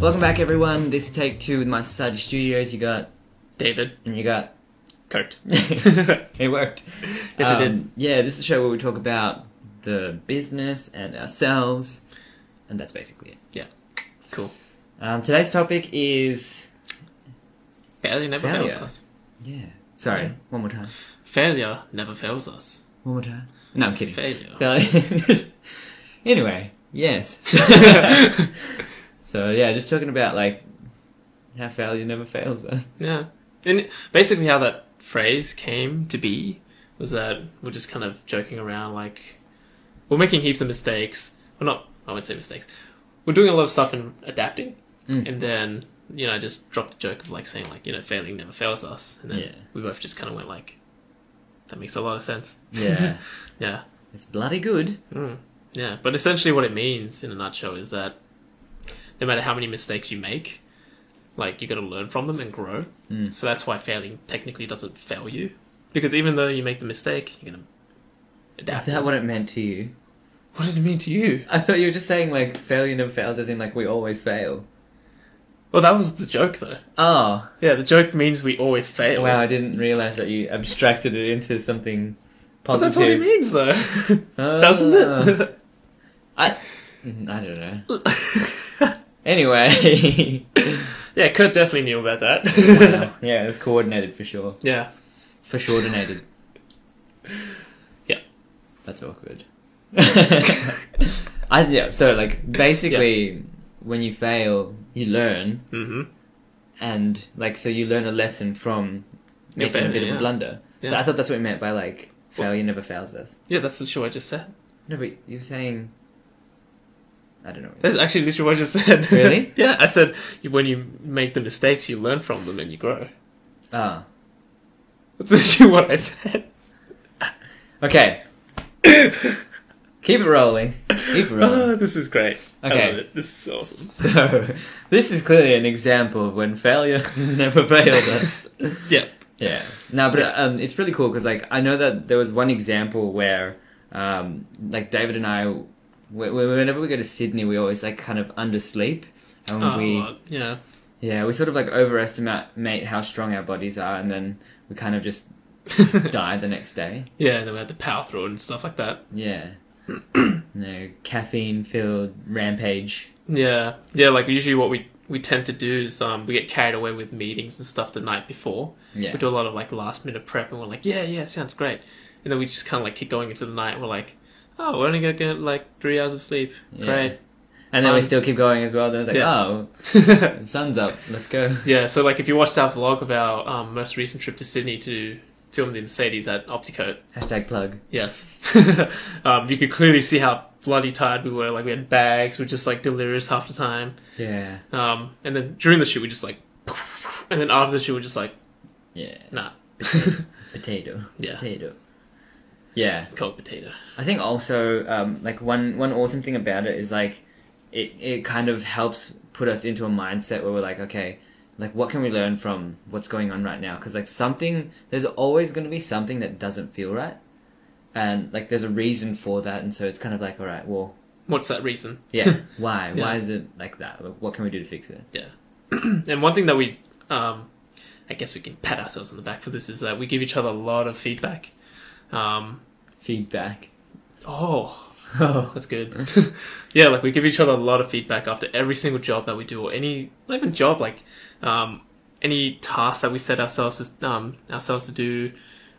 Welcome back, everyone. This is Take Two with Mind Society Studios. You got David. and you got. Kurt. it worked. Um, Yes, it did. Yeah, this is the show where we talk about the business and ourselves, and that's basically it. Cool. Um, today's topic is Failure never Failure. fails us. yeah. Sorry, Yeah. one more time. Failure never fails us. One more time. No, I'm kidding. Failure. anyway, yes. so yeah, just talking about like how failure never fails us. Yeah. And basically, how that phrase came to be was that we're just kind of joking around, like, we're making heaps of mistakes. Well, not, I won't say mistakes. We're doing a lot of stuff and adapting. Mm. And then, you know, I just dropped a joke of, like, saying, like, you know, failing never fails us. And then Yeah. we both just kind of went, like, that makes a lot of sense. Yeah, Yeah. it's bloody good. Mm. Yeah, but essentially what it means in a nutshell is that no matter how many mistakes you make, like you got to learn from them and grow. Mm. So that's why failing technically doesn't fail you because even though you make the mistake, you're gonna Is adapt. that what it meant to you? what did it mean to you? I thought you were just saying like failure never fails, as in like we always fail. Well, that was the joke though. Oh, Yeah, the joke means we always fail. wow! I didn't realize that you abstracted it into something But positive. that's what it means though, Ah. doesn't it? Mm, I don't know. Ah. Anyway, yeah, Kurt definitely knew about Wow. that. yeah, it was coordinated for sure. yeah. For coordinated. Yeah. That's awkward. I yeah. So like basically, when you fail, you learn, hmm and like so you learn a lesson from Your making a failure, bit of a yeah. blunder. So Yeah. I thought that's what it meant by like failure never fails us. Yeah, that's literally what I just said. No, but you're saying. I don't know. That's actually literally what I just said. Really? yeah, I said you- when you make the mistakes, you learn from them and you grow. Ah. That's literally what I said. Okay. Keep it rolling. Keep it rolling. Oh, this is great. I Okay. love it. This is awesome. So, this is clearly an example of when failure never fails us. Yeah. Yeah. No, but um, it's really cool because, like, I know that there was one example where, um, like, David and I, wh- whenever we go to Sydney, we always, like, kind of undersleep. And Oh, um, we, well, yeah. yeah, we sort of, like, overestimate how strong our bodies are, and then we kind of just die the next day. yeah, and then we had the power through and stuff like that. Yeah. no, caffeine filled rampage. Yeah. Yeah, like usually what we, we tend to do is um, we get carried away with meetings and stuff the night before. Yeah. We do a lot of like last minute prep and we're like, yeah, yeah, sounds great. And then we just kind of like keep going into the night. we're like, oh, we're only going to get like three hours of sleep. Yeah. Great. And then we Um, still keep going as well. Then it's like, yeah. oh, The sun's up. Let's go. Yeah, so like if you watched our vlog of our um, most recent trip to Sydney to film the Mercedes at Opticote, Hashtag plug. yes, um, you could clearly see how bloody tired we were. Like we had bags, we were just like delirious half the time. Yeah. Um, and then during the shoot, we just like, and then after the shoot, we're just like, Yeah. nah, Potato. Yeah. Potato. Yeah. cold potato. I think also um, like one one awesome thing about it is like it it kind of helps put us into a mindset where we're like, okay, like what can we learn from what's going on right now? Because like something, there's always going to be something that doesn't feel right, and like there's a reason for that, and so it's kind of like, all right, well, What's that reason? yeah, why, Yeah. why is it like that? Like, What can we do to fix it? And one thing that we, um, I guess we can pat ourselves on the back for this is that we give each other a lot of feedback. Um, Feedback. oh, Oh. That's good. yeah, like we give each other a lot of feedback after every single job that we do, or any not even job, like um, any task that we set ourselves to, um, ourselves to do.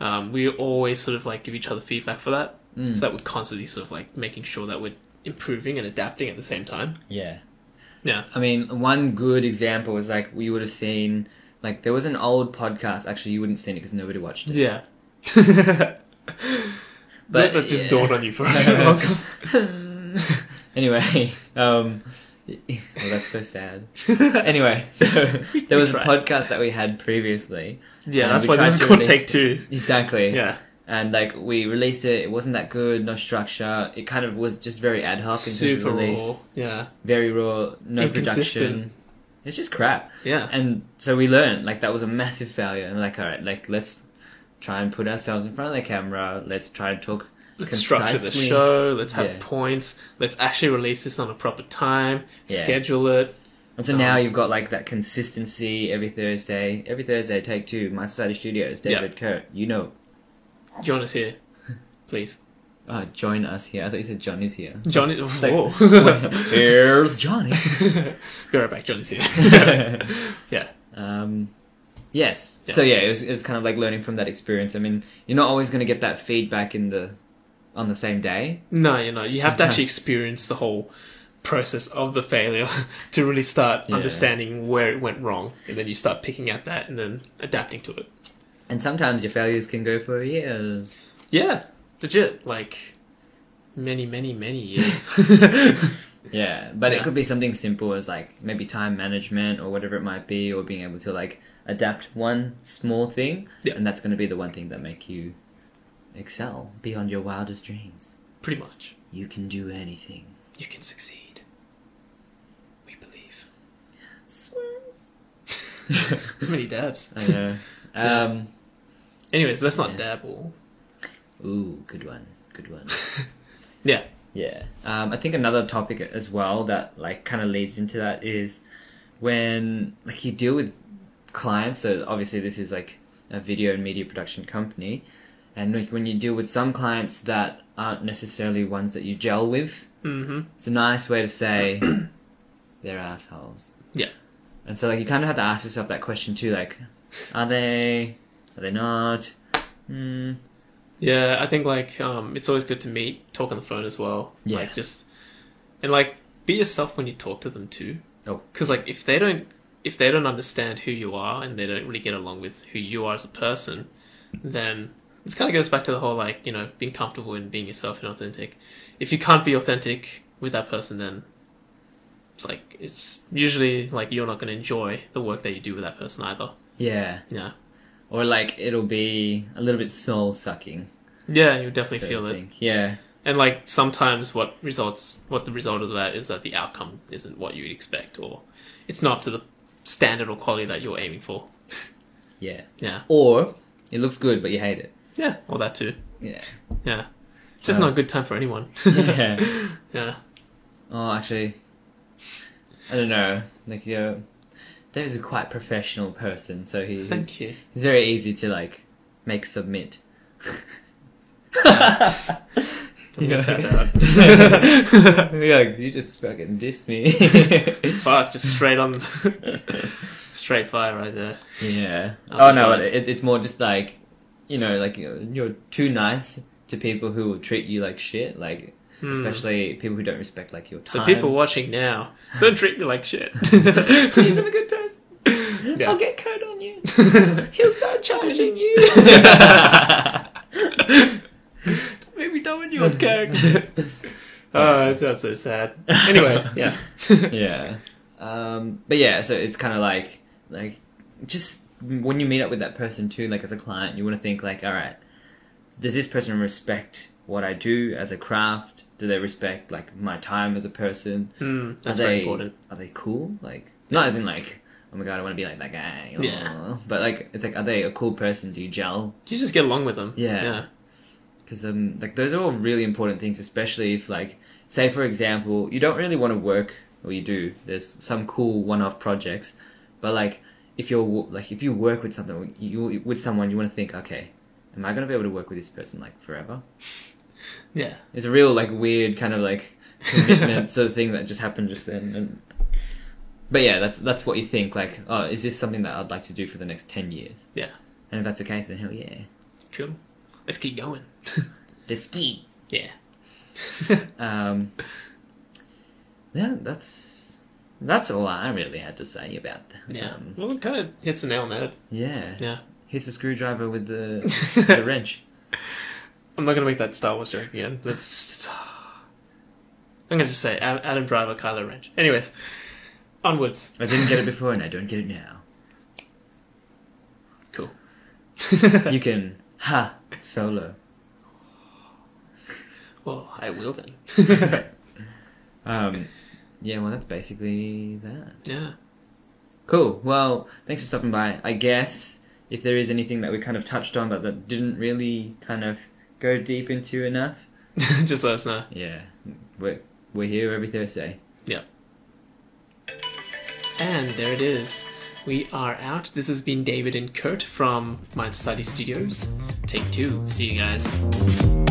Um, we always sort of like give each other feedback for that, Mm. so that we're constantly sort of like making sure that we're improving and adapting at the same time. Yeah. Yeah. I mean, one good example is like we would have seen, like, there was an old podcast. Actually, you wouldn't seen it because nobody watched it. Yeah. but But- that just yeah. dawned on you for a long Anyway, um, well, that's so sad. anyway, so there was a tried. podcast that we had previously. Yeah, And that's we why tried this is to called release take two. Exactly. Yeah, And, like, we released it. It wasn't that good, no structure. It kind of was just very ad hoc in terms super of release. raw. Yeah, Very raw, no Inconsistent. production. It's just crap. yeah. And so we learned like that was a massive failure, and like all right, like let's try and put ourselves in front of the camera. Let's try and talk. Let's structure the concisely. show. Let's have Yeah. points. Let's actually release this on a proper time. Yeah. Schedule it. And so Um, now you've got like that consistency every Thursday. Every Thursday, take two. My Society Studios, Yeah. David Kurt. You know, John is here. Please. uh, join us here. I thought you said John is here. John is. Like, Whoa. Here's Johnny. Be right back. John is here. yeah. Um, yes. Yeah. So yeah, it was, it was kind of like learning from that experience. I mean, you're not always going to get that feedback in the on the same day. No, you know, you have to Sometimes. actually experience the whole process of the failure to really start Yeah. understanding where it went wrong, and then you start picking at that and then adapting to it. And sometimes your failures can go for years. Yeah, legit, like many, many, many years. Yeah, but Yeah. it could be something simple as like maybe time management or whatever it might be, or being able to like adapt one small thing, Yeah. and that's going to be the one thing that make you excel beyond your wildest dreams. Pretty much, You can do anything. you can succeed. We believe. So many dabs. I know. Um, Anyways, let's not Yeah. dabble. ooh, good one. Good one. Yeah. Yeah. Um, I think another topic as well that like kind of leads into that is when like you deal with clients. So obviously this is like a video and media production company, and like when you deal with some clients that aren't necessarily ones that you gel with, Mm-hmm. it's a nice way to say they're assholes. Yeah. And so like you kind of have to ask yourself that question too. Like, are they? Are they not? Hmm. Yeah, I think like um, it's always good to meet, talk on the phone as well. Yeah. Like just and like be yourself when you talk to them too. Oh. Because like if they don't if they don't understand who you are and they don't really get along with who you are as a person, then this kind of goes back to the whole like you know being comfortable in being yourself and authentic. If you can't be authentic with that person, then it's like it's usually like you're not going to enjoy the work that you do with that person either. Yeah. Yeah. Or like it'll be a little bit soul sucking. Yeah, you definitely feel it. Yeah. and like sometimes what results what the result of that is that the outcome isn't what you'd expect or it's not to the standard or quality that you're aiming for Yeah. yeah Or it looks good, but you hate it. yeah or that too Yeah. yeah it's just So- not a good time for anyone yeah. yeah Oh, actually, I don't know. Like, you know, David's a quite professional person, so he, he's thank you very easy to like make submit. I'm gonna take that out. You're like, you just fucking dissed me. fuck just straight on straight fire right there yeah. Oh, Oh no, God. it, it's more just like, you know, like you know, you're too nice to people who will treat you like shit, like Hmm. especially people who don't respect like your so time. people watching now don't treat me like shit Please, I'm a good person. Yeah. I'll get code on you. He'll start charging you. Maybe don't when you're character. oh, it sounds so sad. Anyways, yeah. yeah. Um, but yeah, so it's kind of like like just when you meet up with that person too, like as a client, you want to think like, all right, does this person respect what I do as a craft? Do they respect like my time as a person? Mm, that's are they, very important. Are they cool? Like not as in like. Oh my god! I want to be like that guy. Yeah. But like, it's like, are they a cool person? Do you gel? You just get along with them. Yeah. because um, like those are all really important things, especially if like say for example you don't really want to work or you do. There's some cool one-off projects, but like if you're wo- like if you work with something you with someone, you want to think, okay, am I gonna be able to work with this person like forever? Yeah. It's a real like weird kind of like commitment sort of thing that just happened just then. And, but yeah, that's that's what you think. Like, oh, is this something that I'd like to do for the next ten years? Yeah. And if that's the case, then hell yeah, Cool. Let's keep going. the ski. Yeah. Um, yeah, that's that's all I really had to say about that. Yeah. Um, Well, it kind of hits the nail on the head. yeah. Yeah. Hits a screwdriver with the, with the wrench. I'm not gonna make that Star Wars joke again. That's. I'm gonna just say Ad- Adam Driver, Kylo Ren. Anyways, onwards. I didn't get it before, and I don't get it now. Cool. You can ha solo. well, I will then. Um, yeah. Well, that's basically that. yeah. Cool. Well, thanks for stopping by. I guess if there is anything that we kind of touched on but that didn't really kind of go deep into enough, just let us know. yeah, we're we're here every Thursday. And there it is. We are out. This has been David and Kurt from Mind Society Studios. Take two. See you guys.